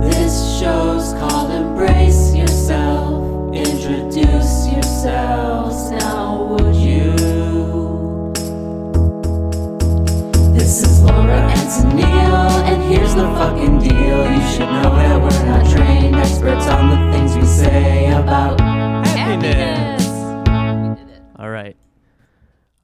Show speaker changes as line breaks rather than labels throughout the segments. This show's called Embrace Yourself. Introduce yourselves now, would you? This is Laura and Sunil, and here's the fucking deal. You should know that we're not trained experts on the things we say about
All right.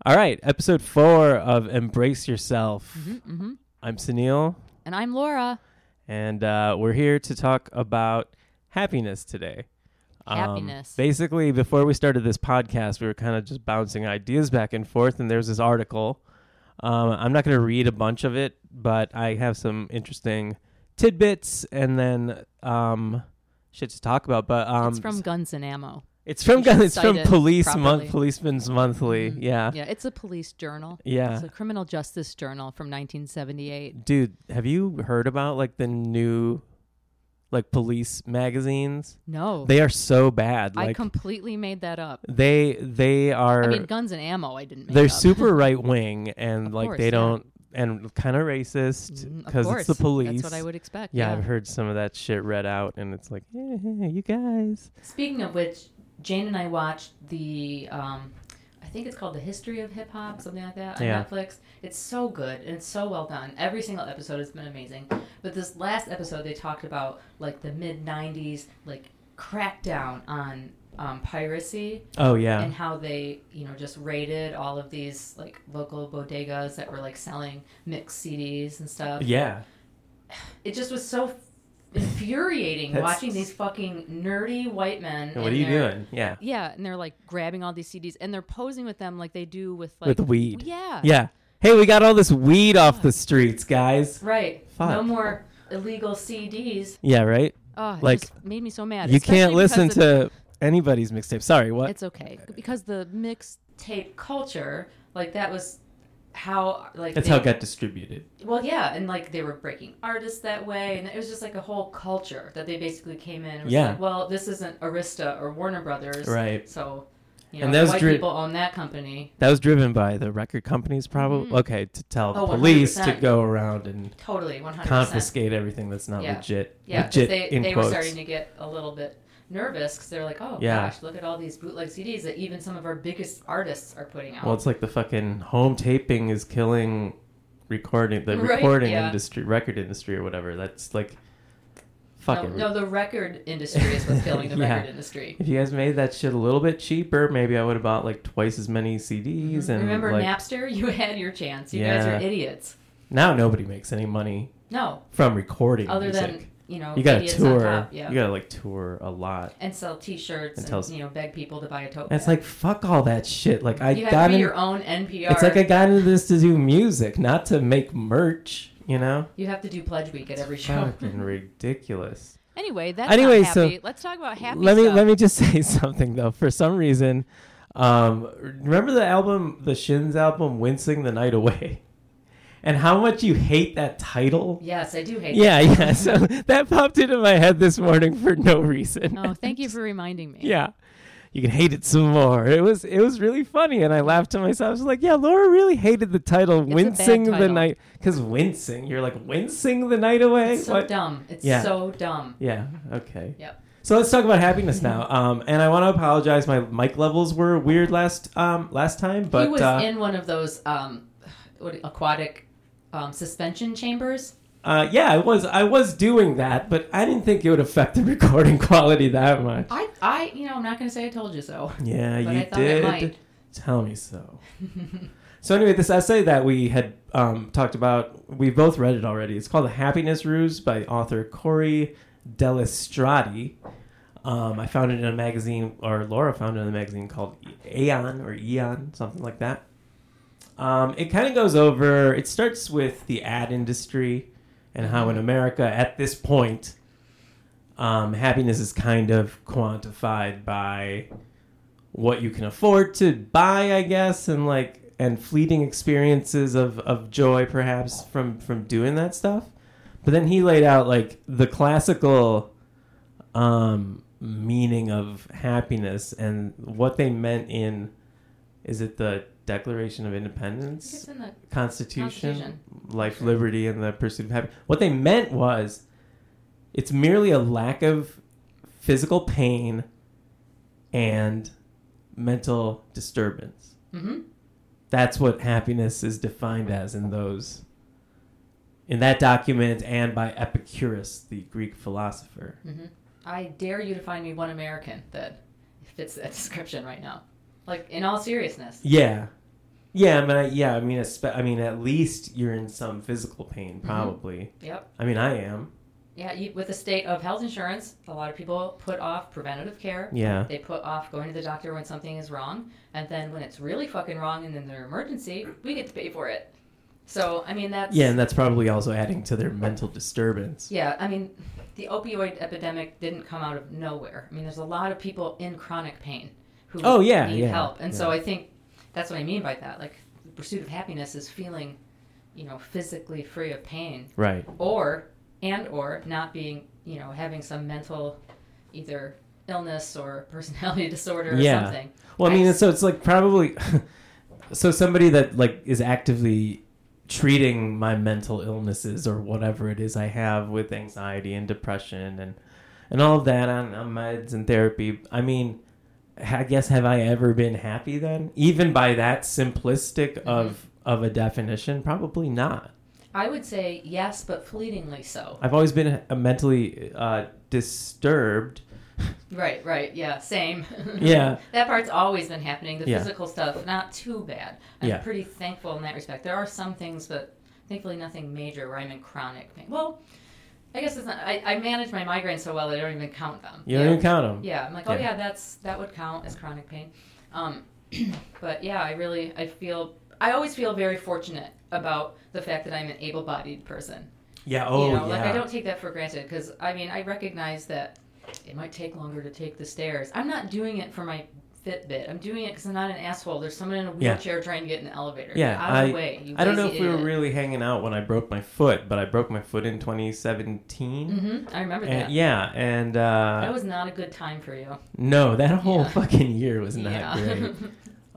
All right. Episode four of Embrace Yourself.
Mm-hmm,
I'm Sunil,
And I'm Laura.
and uh, we're here to talk about happiness today. Um,
Happiness.
basically, before we started this podcast, we were kind of just bouncing ideas back and forth, and there's this article. Um, I'm not going to read a bunch of it, but I have some interesting tidbits and then um, shit to talk about. But um,
it's from Guns and Ammo.
it's from,
you should
it's
cite
from
it
Police
properly. Mm-hmm.
Month, Policeman's Monthly. Yeah.
Mm. Yeah, it's a police journal.
Yeah.
It's a criminal justice journal from 1978.
Dude, have you heard about like the new like police magazines?
No.
They are so bad.
I
Like
completely made that up.
they they are
I mean, Guns and Ammo, I didn't make
they're
up.
super right wing and like
course,
they
yeah.
don't and kind of racist
Mm, of
because it's the
course.
police.
That's what I would expect.
yeah,
Yeah.
I've heard some of that shit read out and it's like, eh, you guys.
Speaking of which, Jane and I watched the, um, I think it's called The History of Hip Hop, something like that, on
Yeah.
Netflix. It's so good and it's so well done. Every single episode has been amazing. But this last episode, they talked about like the mid 90s, like crackdown on um, piracy.
Oh yeah.
and how they you know just raided all of these like local bodegas that were like selling mixed CDs and stuff.
yeah.
It just was so infuriating
That's-
watching these fucking nerdy white men.
What
and
are you
they're-
doing? Yeah.
Yeah, and they're like grabbing all these CDs and they're posing with them like they do with like
With weed.
Yeah.
Yeah. Hey, we got all this weed off the streets, guys.
Right. No
Fuck.
more illegal CDs.
Yeah, right?
Oh, it
Like,
just made me so mad.
you
especially
can't
because
listen to
of-
anybody's mixtape. Sorry, what?
It's okay because the mixtape culture, like that was how like
That's
they-
how it got distributed.
Well, yeah, and like they were breaking artists that way, and it was just like a whole culture that they basically came in. And was
Yeah.
Like, well, this isn't Arista or Warner Brothers,
Right.
So, you know,
And that was
white
dri-
people own that company.
That was driven by the record companies, probably. Okay, to tell the
Mm-hmm. Oh,
police to
100%.
go around and
Totally, one hundred percent.
confiscate everything that's not
Yeah.
legit.
Yeah, 'cause
legit
they
in
they were
quotes.
starting to get a little bit nervous because they're like, oh
Yeah.
gosh, look at all these bootleg CDs that even some of our biggest artists are putting out.
well, it's like the fucking home taping is killing recording, the
Right,
recording
yeah.
industry, record industry, or whatever. That's like
no,
fucking.
no, the record industry is what's killing the
Yeah.
record industry.
If you guys made that shit a little bit cheaper, maybe I would have bought like twice as many CDs. And
Mm-hmm. Remember
like,
Napster? You had your chance. You
Yeah.
guys are idiots.
now nobody makes any money
No,
from recording
other
music.
than you know,
you gotta
idiots
tour.
On top. Yeah.
You gotta like tour a lot.
and sell T-shirts
And
and,
tells-
you know beg people to buy a tote.
And it's
bag.
like fuck all that shit. Like I
you have to
got
be
in,
your own NPR.
It's like I got into this to do music, not to make merch. You know.
you have to do pledge week at every show.
Fucking ridiculous.
Anyway, that's
Anyway,
anyway.
so-
So let's talk about happy.
let me
stuff.
let me just say something though. For some reason, um, remember the album, the Shins album, "Wincing the Night Away," and how much you hate that title.
Yes, I do hate.
Yeah, yeah. So that popped into my head this morning for no reason.
That. Oh, thank you for reminding me.
yeah you can hate it some more it was it was really funny and i laughed to myself i was like yeah laura really hated the title
bad
wincing the
title.
night because wincing you're like wincing the night away
It's so
What?
dumb. It's
Yeah.
so dumb.
yeah okay
Yep.
so let's talk about happiness now um and i want to apologize my mic levels were weird last um last time but
he was
uh,
in one of those um, what, aquatic um, suspension chambers.
uh yeah i was i was doing that but i didn't think it would affect the recording quality that much
I, I, you know, I'm not gonna say I told you so.
Yeah,
But
you
I thought it
did.
might.
Tell me so. so anyway, this essay that we had um, talked about, we both read it already. It's called "The Happiness Ruse" by author Corey Delestrati. Um, I found it in a magazine, or Laura found it in a magazine called Aeon or Eon, something like that. Um, it kind of goes over. It
Mm-hmm.
starts with the ad industry and how in America at this point um, happiness is kind of quantified by what you can afford to buy, I guess, and like and fleeting experiences of, of joy perhaps from from doing that stuff. But then he laid out like the classical um, meaning of happiness and what they meant in is it the Declaration of
I think
Independence?
it's in the
Constitution,
Constitution.
life, liberty, and the pursuit of happiness. What they meant was it's merely a lack of physical pain and mental disturbance.
Mhm.
That's what happiness is defined as in those in that document and by Epicurus, the Greek philosopher.
mm-hmm. I dare you to find me one American that fits that description right now. Like in all seriousness.
Yeah. Yeah, I mean, I, yeah, I mean, espe- I mean, at least you're in some physical pain, probably.
Mm-hmm. Yep.
I mean, I am.
Yeah, you, with the state of health insurance, a lot of people put off preventative care.
Yeah.
They put off going to the doctor when something is wrong, and then when it's really fucking wrong and then their emergency, we get to pay for it. So I mean that's
Yeah, and that's probably also adding to their mental disturbance.
Yeah, I mean, the opioid epidemic didn't come out of nowhere. I mean, there's a lot of people in chronic pain who
Oh, yeah,
need
yeah,
help, and so
yeah.
I think that's what I mean by that. Like, the pursuit of happiness is feeling, you know, physically free of pain,
Right.
or and or not being, you know, having some mental, either illness or personality disorder or
Yeah.
something.
Well, I mean,
I-
it's- so it's like probably so somebody that like is actively treating my mental illnesses or whatever it is I have with anxiety and depression and and all of that on, on meds and therapy. I mean, I guess have I ever been happy then? Even by that simplistic
Mm-hmm.
of of a definition, probably not.
I would say yes, but fleetingly so.
I've always been uh, mentally uh, disturbed.
Right, right, yeah, same.
Yeah.
that part's always been happening. The
Yeah.
physical stuff, not too bad. I'm
Yeah.
pretty thankful in that respect. There are some things, but thankfully nothing major where I'm in chronic pain. Well, I guess it's not. I, I manage my migraines so well that I don't even count them.
You don't
yeah.
even count them.
Yeah, I'm like, oh
Yeah.
yeah, that's that would count as chronic pain. Um, but yeah, I really, I feel, I always feel very fortunate about the fact that I'm an able-bodied person
Yeah. Oh,
you know,
yeah.
like I don't take that for granted because I mean I recognize that it might take longer to take the stairs. I'm not doing it for my Fitbit. I'm doing it because I'm not an asshole. There's someone in a
Yeah.
wheelchair trying to get in the elevator.
Yeah,
Get out of the way. You
I don't know if
lazy
we were
idiot.
really hanging out when I broke my foot, but I broke my foot in 2017.
Mhm, I remember that.
And, yeah, and uh,
That was not a good time for you.
no, that whole
Yeah.
fucking year was not
yeah.
great.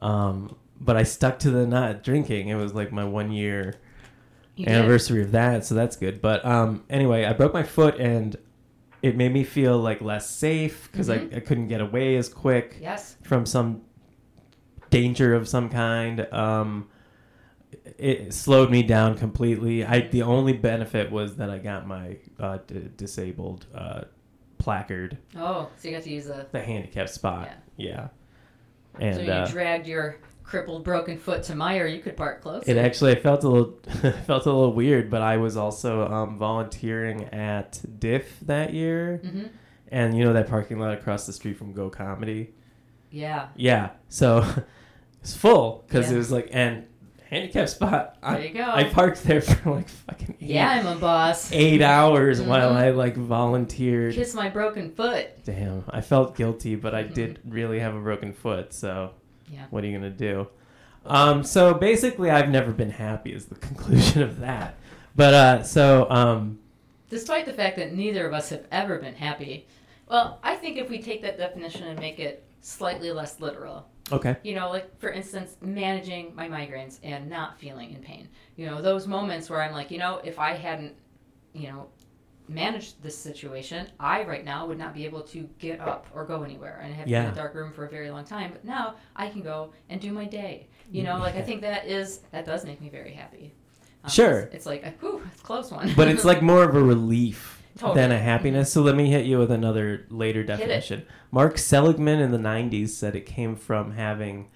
Um, but I stuck to the not drinking. It was like my one year
You did.
anniversary of that, so that's good. But um, anyway, I broke my foot and it made me feel like less safe because
Mm-hmm.
I, I couldn't get away as quick
Yes.
from some danger of some kind. Um, it slowed me down completely. I the only benefit was that I got my uh, d- disabled uh, placard,
Oh, so you got to use a.
the handicap spot. Yeah, and
so you
uh,
dragged your crippled, broken foot to Meyer. You could park close.
it actually I felt a little felt a little weird, but I was also um, volunteering at Diff that year,
Mhm.
and you know that parking lot across the street from Go Comedy.
Yeah.
Yeah. So it's full because
Yeah.
it was like and handicap spot. I,
There you go.
I parked there for like fucking eight,
Yeah, I'm a boss.
eight hours while
Mhm.
I like volunteered.
Kiss my broken foot.
Damn, I felt guilty, but I did really have a broken foot. So
Mm-hmm. Yeah.
what are you gonna do? Um, so basically, I've never been happy is the conclusion of that. But uh, so um,
despite the fact that neither of us have ever been happy. Well, I think if we take that definition and make it slightly less literal,
okay,
you know, like for instance, managing my migraines and not feeling in pain. You know, those moments where I'm like, you know, if I hadn't, you know, managed this situation, I right now would not be able to get up or go anywhere and I have been
Yeah.
in a dark room for a very long time. But now I can go and do my day. You know, like I think that is that does make me very happy. Um,
Sure.
It's, it's like, whew, it's a close one.
but it's like more of a relief
Totally. Mm-hmm.
than a happiness. So let me hit you with another later
it.
definition. Mark Seligman in the '90s said it came from having,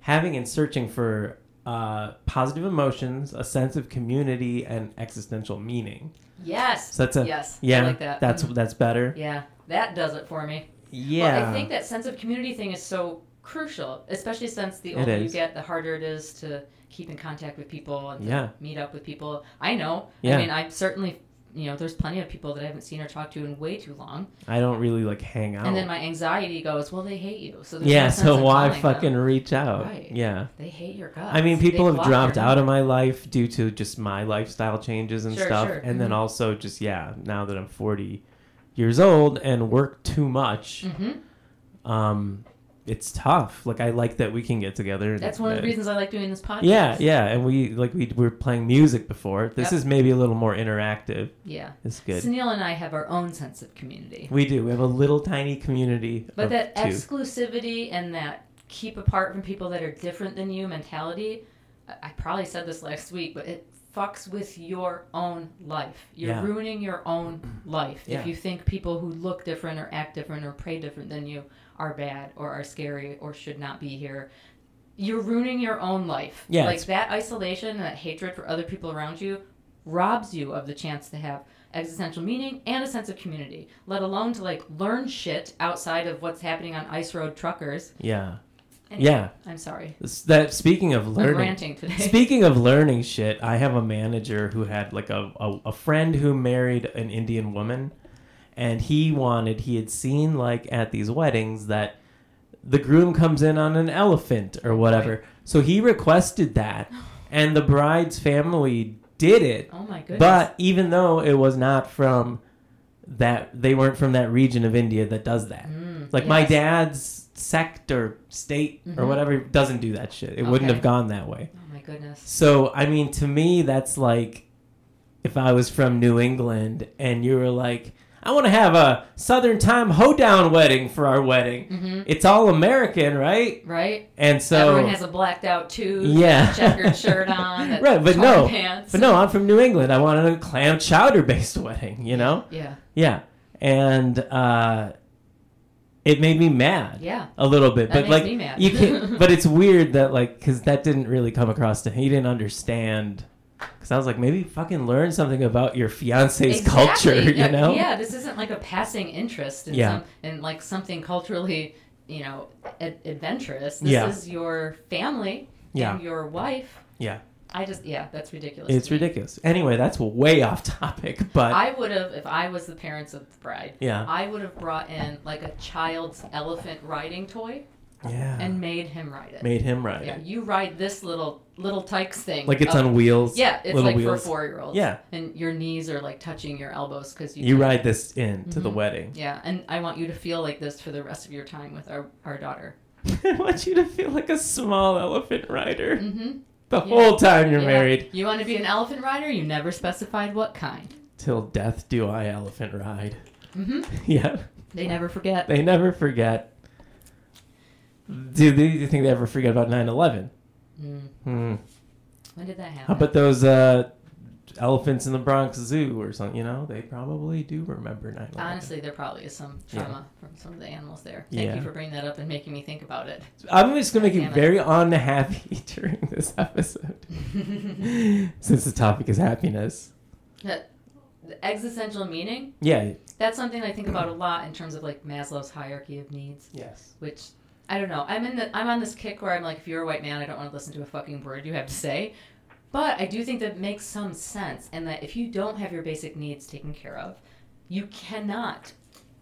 having and searching for uh, positive emotions, a sense of community, and existential meaning.
Yes.
So that's a
yes.
yeah.
I like that.
That's
Mhm.
that's better.
yeah. That does it for me.
Yeah.
Well, I think that sense of community thing is so crucial, especially since the
It
older you
is.
get, the harder it is to keep in contact with people and to
Yeah.
meet up with people. I know.
Yeah.
I mean, I certainly you know, there's plenty of people that I haven't seen or talked to in way too long.
I don't really like hang out.
And then my anxiety goes, well, they hate you. So there's no
Oh. yeah,
sense
so
in
why
calling them.
fucking reach out?
Right.
Yeah.
They hate your guts.
I mean, people
They
have
block
dropped
your-
out of my life due to just my lifestyle changes and
Sure,
stuff.
sure. Mm-hmm.
And then also just, yeah, now that I'm 40 years old and work too much,
Mhm.
um, it's tough. Like, I like that we can get together. and
That's one of
that-
the reasons I like doing this podcast.
Yeah, yeah. And we, like, we were playing music before. This
Yep.
is maybe a little more interactive.
Yeah.
It's good.
Sunil and I have our own sense of community.
we do. We have a little tiny community.
But
of
that
two.
exclusivity and that keep apart from people that are different than you mentality, I- I probably said this last week, but it fucks with your own life. You're
Yeah. Mm-hmm.
ruining your own life
Yeah.
if you think people who look different or act different or pray different than you are bad or are scary or should not be here. You're ruining your own life.
Yeah,
like
it's-
that isolation and that hatred for other people around you robs you of the chance to have existential meaning and a sense of community, let alone to like learn shit outside of what's happening on Ice Road truckers.
Yeah.
Anyway,
Yeah.
I'm sorry.
S- That speaking of
I'm
learning,
ranting today.
Speaking of learning shit, I have a manager who had like a, a, a friend who married an Indian woman, and he wanted, he had seen like at these weddings that the groom comes in on an elephant or whatever. So he requested that, and the bride's family did it.
oh my goodness.
But even though it was not from that, they weren't from that region of India that does that.
Mm,
Like my
yes.
dad's sect or state or
Mhm.
whatever doesn't do that shit. It wouldn't
Okay.
have gone that way.
Oh my goodness.
So I mean, to me, that's like if I was from New England and you were like, I want to have a Southern time hoedown wedding for our wedding.
hmm
It's all American, right?
Right?
And
Everyone
so,
has a blacked out tube,
Yeah.
checkered shirt on, that
Right, but
torn
no.
pants.
but no, I'm from New England. I wanted a clam chowder based wedding, you know?
Yeah.
Yeah, and uh, it made me mad.
Yeah.
a little bit,
That
but
makes
like
me mad.
you can't. But it's weird that like because that didn't really come across to him. He didn't understand. Because I was like, maybe fucking learn something about your fiance's culture,
Exactly.
you know?
Yeah, this isn't like a passing interest in
Yeah.
some in like something culturally, you know, ad- adventurous. This
Yeah.
is your family
Yeah.
and your wife.
Yeah.
I just yeah, that's ridiculous.
It's
to me.
ridiculous. Anyway, that's way off topic, but
I would have if I was the parents of the bride.
yeah,
I would have brought in like a child's elephant riding toy
yeah,
and made him ride it.
made him right.
Yeah, you ride this little little tykes thing.
Like it's
up-
on wheels.
Yeah, it's
little
like
wheels.
for four year olds.
Yeah.
and your knees are like touching your elbows because you
You
can't-
ride this in to the
Mhm.
wedding.
Yeah, and I want you to feel like this for the rest of your time with our, our daughter.
I want you to feel like a small elephant rider
Mm-hmm.
the whole time you're
Yeah.
married.
You want to be an elephant rider? You never specified what kind.
Till death do I elephant ride.
Mm-hmm.
yeah.
They never forget.
They never forget. Do they do you think they ever forget about 9/11?
Mm.
Hmm.
When did that happen?
How about those uh, elephants in the Bronx Zoo or something? You know, they probably do remember 9/11.
Honestly, there probably is some trauma from some of the animals there. Thank
Yeah.
you for bringing that up and making me think about it.
I'm just gonna make you
Damn it.
very unhappy during this episode, since the topic is happiness.
the existential meaning,
Yeah.
that's something I think about a lot in terms of like Maslow's hierarchy of needs,
Yes.
which I don't know. I'm in the I'm on this kick where I'm like, if you're a white man, I don't want to listen to a fucking word you have to say. But I do think that makes some sense, and that if you don't have your basic needs taken care of, you cannot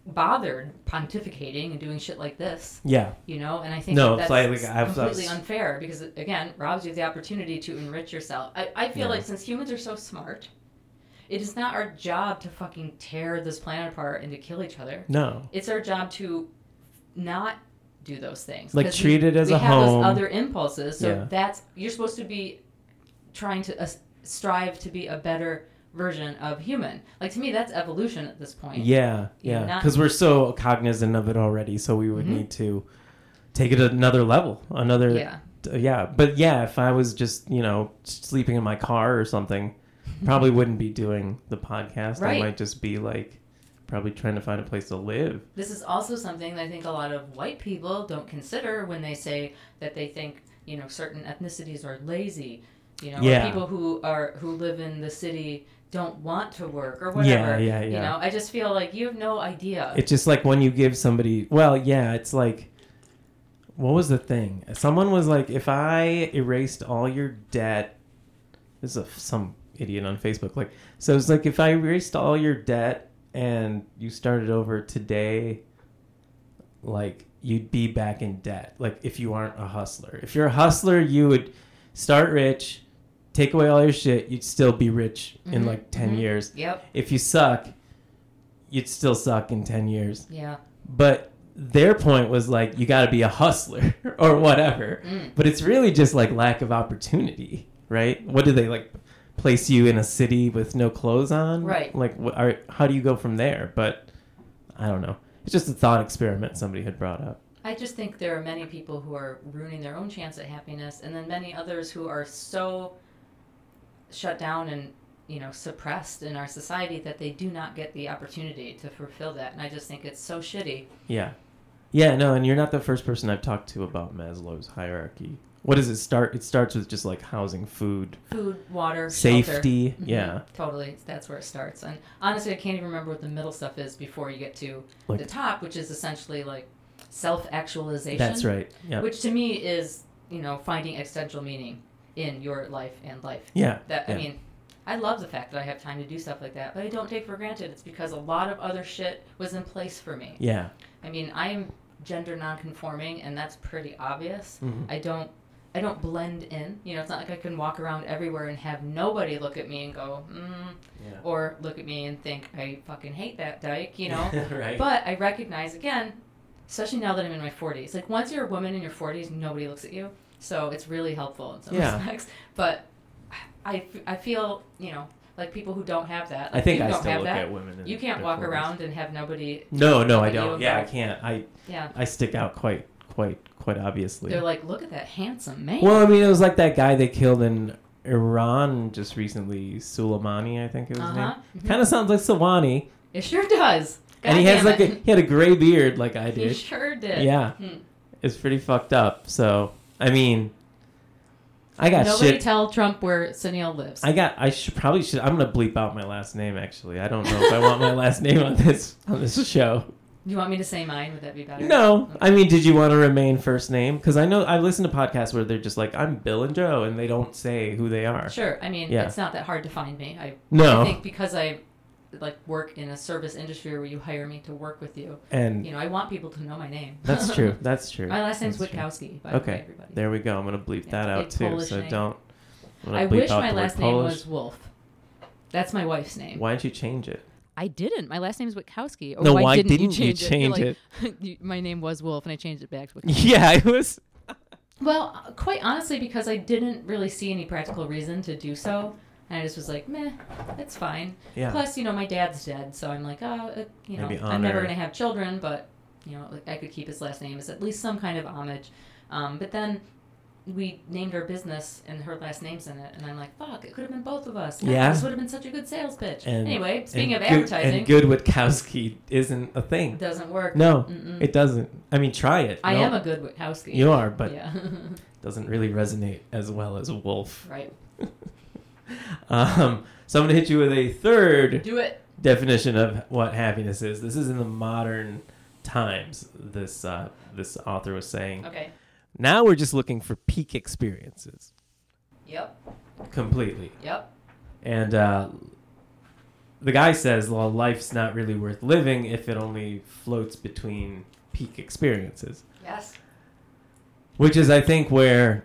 bother pontificating and doing shit like this.
Yeah.
you know and i think
No,
that
it's
that's
like- I've-
completely
I've-
unfair because it, again robs you of the opportunity to enrich yourself i, I feel
Yeah.
like since humans are so smart it is not our job to fucking tear this planet apart and to kill each other
No.
it's our job to not do those things
Like,
'Cause
treat it as
we
a
have
home.
those other impulses so
Yeah.
that's you're supposed to be trying to uh, strive to be a better version of human like to me that's evolution at this point
Yeah.
You're
Yeah.
not-
Because we're so cognizant of it already, so we would
Mhm.
need to take it another level, another
yeah
Uh, yeah but yeah if i was just you know sleeping in my car or something probably wouldn't be doing the podcast i
Right.
might just be like probably trying to find a place to live
This is also something that I think a lot of white people don't consider when they say that they think, you know, certain ethnicities are lazy. You know, or
Yeah.
people who are who live in the city don't want to work or whatever.
yeah, yeah.
You know, I just feel like you have no idea.
it's just like when you give somebody well yeah it's like what was the thing someone was like if i erased all your debt this is a, some idiot on Facebook. Like, so it's like if I erased all your debt and you started over today, like you'd be back in debt. Like if you aren't a hustler, if you're a hustler, you would start rich, take away all your shit, you'd still be rich in
Mhm,
like 10
mhm.
years.
Yep.
If you suck, you'd still suck in 10 years.
Yeah.
But their point was like, you got to be a hustler or whatever.
Mm.
But it's really just like lack of opportunity, right? What do they like place you in a city with no clothes on?
Right.
Like, what are, how do you go from there? But I don't know. It's just a thought experiment somebody had brought up.
I just think there are many people who are ruining their own chance at happiness, and then many others who are so shut down and you know suppressed in our society that they do not get the opportunity to fulfill that. And I just think it's so shitty.
Yeah. Yeah, no, and you're not the first person I've talked to about Maslow's hierarchy. What does it start? It starts with just like housing, food,
Food, water,
safety.
shelter. Mhm,
Yeah.
totally. That's where it starts. And honestly, I can't even remember what the middle stuff is before you get to
Like-
the top, which is essentially like self-actualization.
That's right. Yeah.
Which to me is you know finding existential meaning in your life and life.
yeah.
That
yeah.
I mean, I love the fact that I have time to do stuff like that, but I don't take for granted. It's because a lot of other shit was in place for me.
Yeah.
I mean, I'm gender nonconforming, and that's pretty obvious.
Mhm.
I don't. I don't blend in. You know, it's not like I can walk around everywhere and have nobody look at me and go, mm,
Yeah.
or look at me and think, I fucking hate that dyke, you know?
right.
But I recognize again, especially now that I'm in my 40s. Like once you're a woman in your 40s, nobody looks at you, so it's really helpful in some
Yeah.
respects. But I, I feel you know like people who don't have that.
I
like,
think
you
I
don't
still
have
look
that.
at women. in
You can't
their
walk
40s.
around and have nobody.
No, no, I
Like, you
don't.
don't
Yeah, I
go.
can't. I
Yeah,
I stick out quite quite quite obviously.
they're like, look at that handsome man.
well, I mean, it was like that guy they killed in Iran just recently, Soleimani, I think it was his
uh-huh.
name. Kind of sounds like Sawani,
It sure does.
and he
God
has
damn
like a,
it.
he had a gray beard like I
He
did.
sure did.
Yeah,
Hmm.
it's pretty fucked up. So I mean, I got
Nobody
shit.
tell Trump where Sunil lives.
I got. I should probably should. I'm gonna bleep out my last name. Actually, I don't know if I want my last name on this on this show.
you want me to say mine? Would that be better?
No, I mean, did you want to remain first name? Because I know I listen to podcasts where they're just like, "I'm Bill and Joe," and they don't say who they are.
Sure. I mean,
Yeah.
it's not that hard to find me. I I
No,
think because I like work in a service industry where you hire me to work with you,
and
you know, I want people to know my name.
that's true. That's true.
my last name's
That's true.
Witkowski, by the
Okay.
way, everybody.
There we go. I'm gonna bleep
Yeah,
that out
a
too.
Polish
so
name.
don't. I'm gonna
I
bleep
wish
out
my
the word
last name
Polish.
was Wolf. That's my wife's name.
Why don't you change it?
I didn't. My last name is Witkowski. Or
No,
why,
why
didn't,
didn't you
you change
change
it? You're like, you- my name was Wolf, and I changed it back to Witkowski.
yeah, it was.
well, quite honestly, because I didn't really see any practical reason to do so. And I just was like, meh, that's fine.
Yeah.
Plus, you know, my dad's dead, so I'm like, oh, uh, you know,
Maybe
I'm never
honor.
going to have children, but you know, like, I could keep his last name as at least some kind of homage. Um, but then we named our business and her last name's in it, and I'm like, fuck, it could have been both of us.
Yeah.
this would have been such a good sales pitch.
And-
anyway, speaking
and
of
good,
advertising,
and good Witkowski isn't a
it
thing.
doesn't work.
No,
Mm-mm.
it doesn't. I mean, try it.
I
No,
am a good Witkowski.
You are, but
yeah,
doesn't really resonate as well as Wolf.
right.
Um, so I'm gonna hit you with a third
Do it.
definition of what happiness is. This is in the modern times. This uh, this author was saying.
Okay.
Now we're just looking for peak experiences
Yep.
completely.
Yep.
And uh, the guy says, "Well, life's not really worth living if it only floats between peak experiences."
Yes.
Which is, I think, where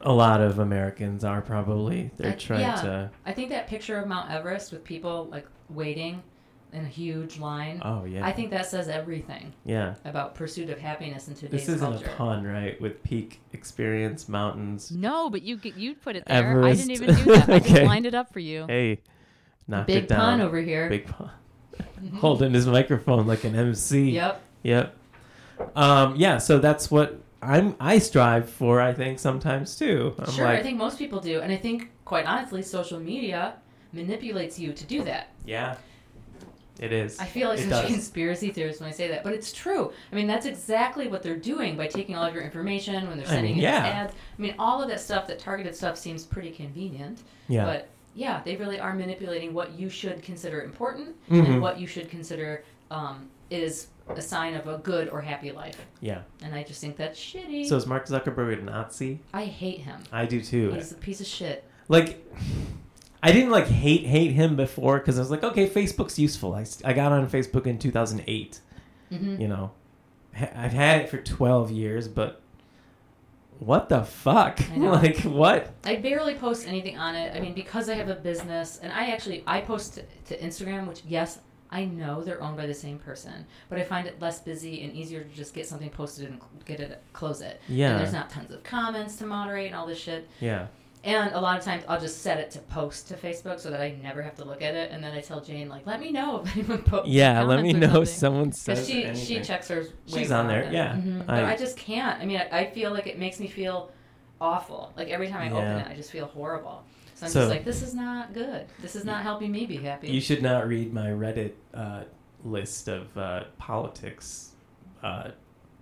a lot of Americans are probably. They're
I-
trying
yeah.
to.
I think that picture of Mount Everest with people like waiting in a huge line.
Oh yeah.
I think that says everything
yeah.
about pursuit of happiness in today's
This isn't
culture. Mm-hmm.
a pun, right? With peak experience, mountains,
No, but you g- you put it there. I
Everest.
didn't even do that. I just
Okay.
lined it up for you.
Hey, knocked
Big
it down.
pun over here. Mm-hmm.
Big pun. Holding his microphone like an MC.
Yep.
Yep. Um, yeah. So that's what I'm. I strive for. I think sometimes too. I'm
sure.
like,
I think most people do, and I think quite honestly, social media manipulates you to do that.
yeah, it is.
I feel like
it
such a
does.
conspiracy theorist when I say that, but it's true. I mean, that's exactly what they're doing by taking all of your information when they're
I
sending
mean,
you
yeah.
ads. I mean, all of that stuff, that targeted stuff, seems pretty convenient.
yeah.
But yeah, they really are manipulating what you should consider important
Mhm.
and what you should consider um, is a sign of a good or happy life.
yeah.
And I just think that's shitty.
So is Mark Zuckerberg a Nazi?
I hate him.
I do too.
He's a piece of shit.
Like, I didn't like hate hate him before because I was like, okay, Facebook's useful. I, s- I got on Facebook in 2008.
Mhm.
You know, Ha- I've had it for 12 years, but what the fuck?
I know.
like what?
I barely post anything on it. I mean, because I have a business, and I actually I post to, to Instagram, which yes, I know they're owned by the same person, but I find it less busy and easier to just get something posted and get it close it.
Yeah.
And there's not tons of comments to moderate and all this shit.
Yeah.
And a lot of times I'll just set it to post to Facebook so that I never have to look at it, and then I tell Jane like, let me know if anyone posts.
Yeah. Let me
Comments or
know if
something.
someone says
Because she
anything.
she checks hers. way
She's on
more
there,
than-
yeah.
Mhm. But
I-
I, just can't. I mean, I, I feel like it makes me feel awful. Like every time I
Yeah.
open it, I just feel horrible. So I'm
So-
just like, this is not good. This is not helping me be happy.
You should not read my Reddit uh, list of uh, politics uh,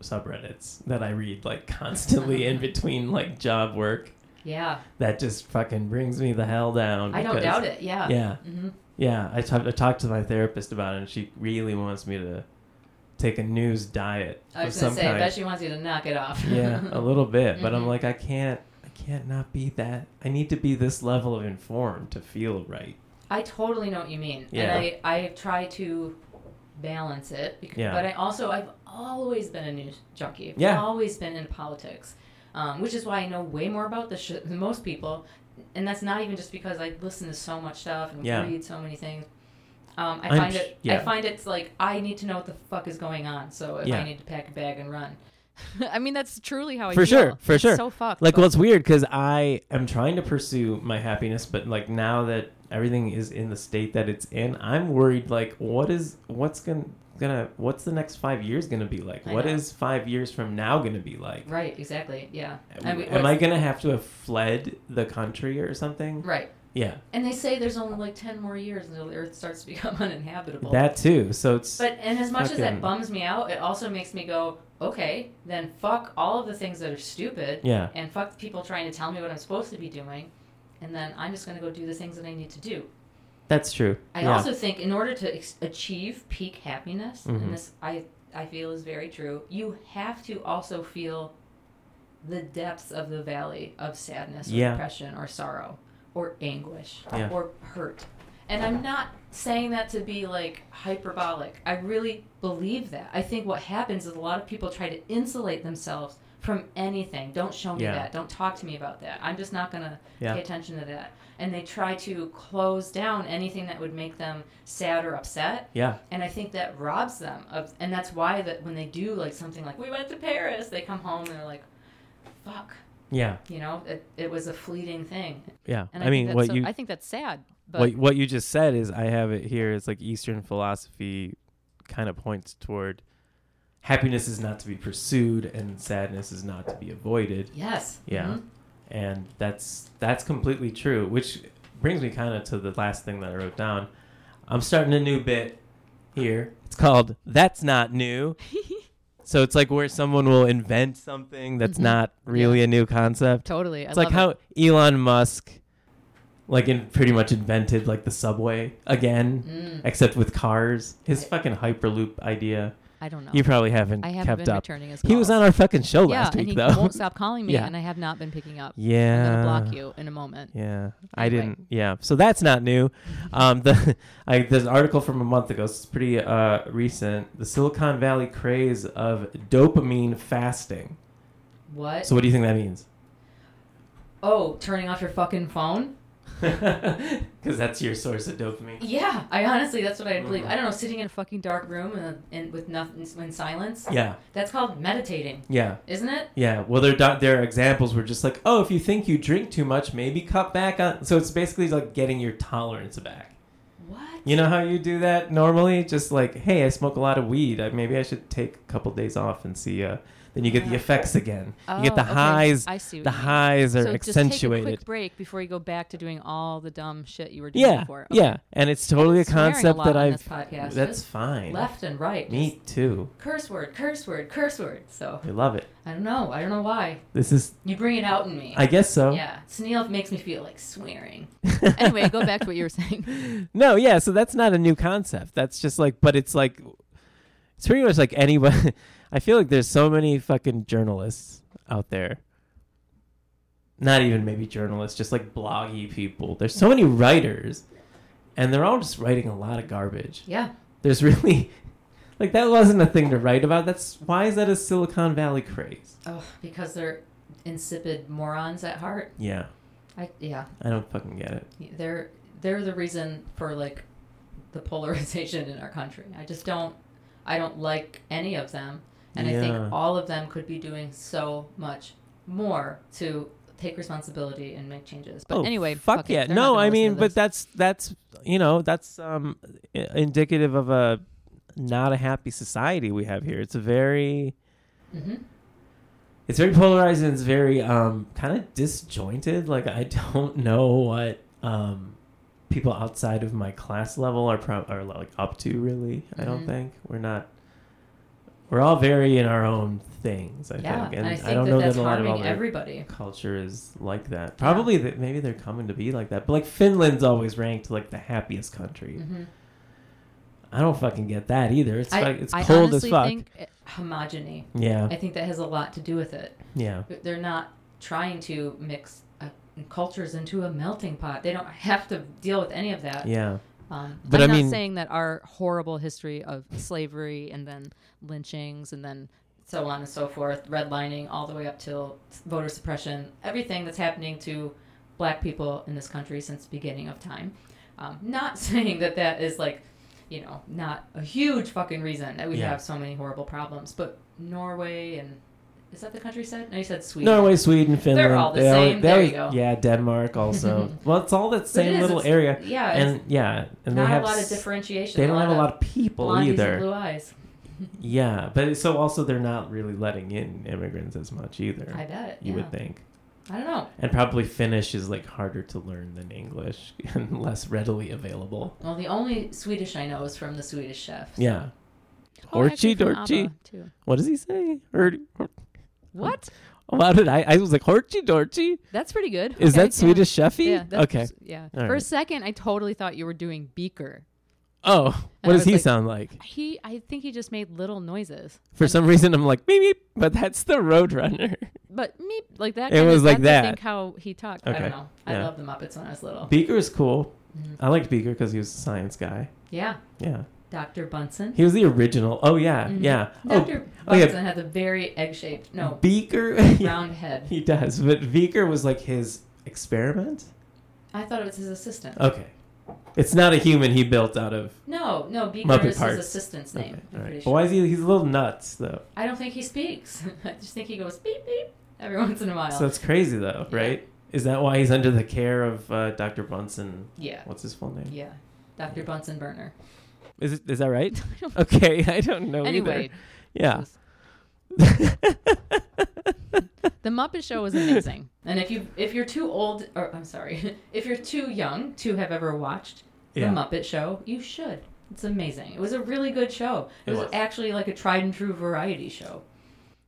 subreddits that I read like constantly in between like job work.
yeah,
That just fucking brings me the hell down.
I don't
because-
doubt it. Yeah.
Yeah,
hmm
yeah. I talked I talked to my therapist about it, and she really wants me to take a news diet
I
of
was gonna
some
say, I
kind.
bet she wants you to knock it off.
yeah, a little bit, but I'm
Mhm.
like, I can't, I can't not be that. I need to be this level of informed to feel right.
I totally know what you mean.
Yeah.
And I, I try to balance it. Because,
Yeah.
But I also, I've always been a news junkie. I've
Yeah.
always been in politics, um, which is why I know way more about this shit than most people. And that's not even just because I listen to so much stuff and
Yeah.
read so many things. Um, I
I'm
find
sh-
it.
yeah.
I find it's like I need to know what the fuck is going on. So if
Yeah.
I need to pack a bag and run,
I mean, that's truly how I
For
feel.
sure, for
It's
sure.
So fucked.
like
but-
well it's weird because i am trying to pursue my happiness but like now that everything is in the state that it's in i'm worried like what is what's gonna gonna what's the next five years gonna be like
I
What is
know.
five years from now gonna be like
right? Exactly. Yeah.
Uh, am,
we-
am i gonna have to have fled the country or something
Right.
yeah
And they say there's only like ten more years until the Earth starts to become uninhabitable.
that too so it's
But and as much as
Fucking-
that bums me out, it also makes me go, okay, then fuck all of the things that are stupid,
yeah
and fuck the people trying to tell me what I'm supposed to be doing, and then I'm just gonna go do the things that I need to do.
that's true
I
yeah.
also think in order to ex- achieve peak happiness,
Mhm.
and this I I feel is very true, you have to also feel the depths of the valley of sadness or
Yeah.
depression or sorrow or anguish
Yeah.
or hurt. And I'm not saying that to be like hyperbolic. I really believe that. I think what happens is a lot of people try to insulate themselves from anything. Don't show me
Yeah.
that. Don't talk to me about that. I'm just not going to
Yeah.
pay attention to that. And they try to close down anything that would make them sad or upset.
yeah
And I think that robs them of, and that's why that when they do like something like we went to Paris, they come home and they're like, "Fuck,"
yeah
you know, it, it was a fleeting thing.
yeah
and
i,
think
mean
that's
what
so-
you
I think that's sad. But
what what you just said is I have it here. It's like Eastern philosophy kind of points toward happiness is not to be pursued and sadness is not to be avoided.
Yes.
Yeah.
Mhm.
And that's that's completely true, which brings me kind of to the last thing that I wrote down. I'm starting a new bit here. It's called That's Not New. so it's like where someone will invent something that's not really a new concept.
totally. I
It's like
love
how Elon Musk, like, in pretty much invented like the subway again,
Mm-hmm.
Mm.
except with cars. His fucking hyperloop idea.
it. I don't know.
You probably haven't
I haven't
kept
been
up.
returning his calls.
He was on our fucking show
yeah,
last
and
week
he
though.
won't stop calling me,
Yeah.
and I have not been picking up.
yeah.
I'm gonna block you in a moment.
Yeah, I
Anyway.
didn't. Yeah, so that's not new. Um, the I, there's an article from a month ago. So it's pretty uh, recent. The Silicon Valley craze of dopamine fasting.
What?
So what do you think that means?
oh, turning off your fucking phone?
Because that's your source of dopamine.
Yeah. I honestly, that's what I believe. I don't know, sitting
In a
in a
fucking dark.
dark room and, and with nothing in silence.
Yeah,
That's called meditating,
yeah.
isn't it?
Yeah, well, their doc- their examples were just like, oh, if you think you drink too much, maybe cut back on. So it's basically like getting your tolerance back.
What?
You know how you do that normally? Just like, hey, I smoke a lot of weed. I, maybe I should take a couple days off and see. Uh, then you get the effects again. you get the
Oh, okay.
highs.
I see what
The
you mean.
highs are
so
accentuated.
just take a quick break before you go back to doing all the dumb shit you were doing
yeah,
before.
yeah, and it's totally a
Swearing a
concept
lot
that
on
I've.
this
podcast.
That's
Just
fine.
Left and right.
Me too.
Just Curse word, curse word, curse word. So
I love it.
I don't know. I don't know why.
This is.
You bring it out in me.
I guess so.
Yeah, Sunil makes me feel like swearing.
anyway, go back to what you were saying.
No, yeah, so that's not a new concept. That's just like but it's like it's pretty much like anyone I feel like there's so many fucking journalists out there not even maybe journalists, just like bloggy people. There's so many writers, and they're all just writing a lot of garbage.
Yeah.
There's really, like, that wasn't a thing to write about. That's why is that a Silicon Valley craze?
Oh, because they're insipid morons at heart.
Yeah,
I yeah.
I don't fucking get it.
They're they're the reason for like the polarization in our country. I just don't I don't like any of them. And I
Yeah.
think all of them could be doing so much more to take responsibility and make changes. But
Oh. anyway,
fuck,
fuck it.
yeah.
They're not
No,
gonna
I
listen
mean,
to
but
this.
that's that's you know that's um i- indicative of a not a happy society we have here. It's a very
Mhm.
it's very polarized and it's very um kind of disjointed. Like I don't know what um people outside of my class level are pro- are like up to really. I don't
Mhm.
think we're not. We're all very in our own things, I
yeah,
think,
and,
and
I think
don't
that
know
that's
that a lot of
harming
other
everybody.
culture is like that. Probably that maybe they're coming to be like that. But like Finland's always ranked like the happiest country.
hmm
I don't fucking get that either. It's
I-
like it's
I
cold as
honestly
fuck.
think
Homogeny.
yeah,
I think that has a lot to do with it.
yeah,
They're not trying to mix uh, cultures into a melting pot. They don't have to deal with any of that.
yeah.
Um,
But
I'm
I mean-
not saying that our horrible history of slavery and then lynchings and then
so on and so forth, redlining, all the way up till voter suppression, everything that's happening to black people in this country since the beginning of time. Um, not saying that that is like, you know, not a huge fucking reason that we
Yeah.
have so many horrible problems, but Norway and is that the country said? No, you said Sweden.
Norway, Sweden, Finland.
all the
they always-
same.
they
There
always-
you go.
Yeah, Denmark also. well, it's all that same
it is,
little
it's-
area.
Yeah, it's
And yeah, and
not
they have
a lot of
s-
differentiation.
They don't have a lot of people
blondies and
either.
blue eyes.
Yeah, but it's- so also they're not really letting in immigrants as much either.
I bet.
you
yeah.
would think.
I don't know.
And probably Finnish is like harder to learn than English and less readily available.
Well, the only Swedish I know is from the Swedish chef.
Yeah.
Oh, actually
Orchid,
from
orchid.
ABBA, too.
What does he say? Or, or
What?
how did I? I was like horchi dorchi.
That's pretty good.
Is
Okay,
that Swedish chefy?
Yeah. yeah that's-
okay.
Yeah.
All
For a
right.
second, I totally thought you were doing Beaker.
Oh,
I
what does
was
he
like-
sound like?
He, I think he just made little noises,
For some reason, I'm like meep, meep, but that's the Roadrunner.
but me like that.
It
kind of-
was like
that's, I
that.
think how he talked.
I
Okay.
don't know. I
Yeah.
loved the Muppets when I was little.
Beaker is cool. I liked Beaker because he was a science guy.
Yeah.
Yeah,
Dr. Bunsen.
he was the original. Oh yeah,
Mm-hmm.
Mhm.
yeah. Oh,
Dr.
oh, yeah.
Bunsen has a very egg shaped, no,
Beaker. yeah,
round head.
he does, but Beaker was like his experiment.
I thought it was his assistant.
Okay, it's not a human he built out of.
No, no, Beaker
Muppet
is
parts.
his assistant's name.
Okay,
I'm
all right.
pretty
But
sure.
why is he? He's a little nuts though.
I don't think he speaks. I just think he goes beep beep every once in a while.
So it's crazy though,
Yeah.
right? Is that why he's under the care of uh, Dr. Bunsen?
yeah.
What's his full name?
Yeah. Dr. Bunsen Burner.
Is it, is that right? okay, I don't know
anyway,
either.
Jesus.
Yeah.
the Muppet Show was amazing.
And if you if you're too old or I'm sorry, if you're too young to have ever watched
Yeah.
the Muppet Show, you should. It's amazing. It was a really good show.
It
It, was,
was.
actually like a tried and true variety show.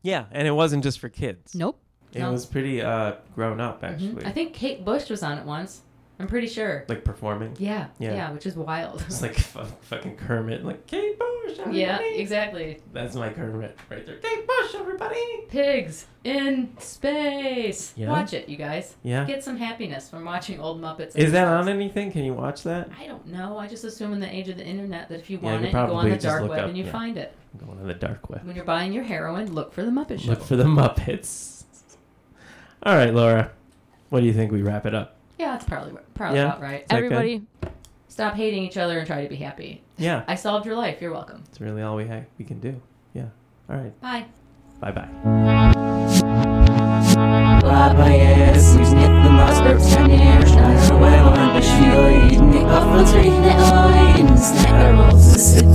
yeah, and it wasn't just for kids.
nope.
It
No.
was pretty uh, grown up
Mhm.
actually.
I think Kate Bush was on it once. I'm pretty sure.
Like performing.
Yeah.
Yeah.
Yeah, which is wild.
It's like fu- fucking Kermit, like Kate Bush, everybody.
yeah, exactly.
That's my Kermit right there. Kate Bush, everybody.
Pigs in space.
Yeah.
Watch it, you guys.
Yeah.
Get some happiness from watching old Muppets.
Is that on anything? Can you watch that?
I don't know. I just assume in the age of the internet that if you
Yeah,
want
you
it, you go on
probably
the
just
dark
look
web
up-
and you
yeah.
find it.
I'm going to the dark web.
When you're buying your heroin, look for the Muppet Show.
Look for the Muppets. All right, Laura. What do you think we wrap it up?
Yeah, that's probably probably
Yeah.
about right.
Is that good?
Everybody,
Stop hating each other and try to be happy.
Yeah,
I solved your life. You're welcome.
it's really all we ha- we can do. Yeah. All right.
Bye.
Bye bye.
Лапаясь, узнет на нас перчанеж, Наш уэлл, а наш вилой, Не офлоцрит, не ойн, Снэкарл, сысыт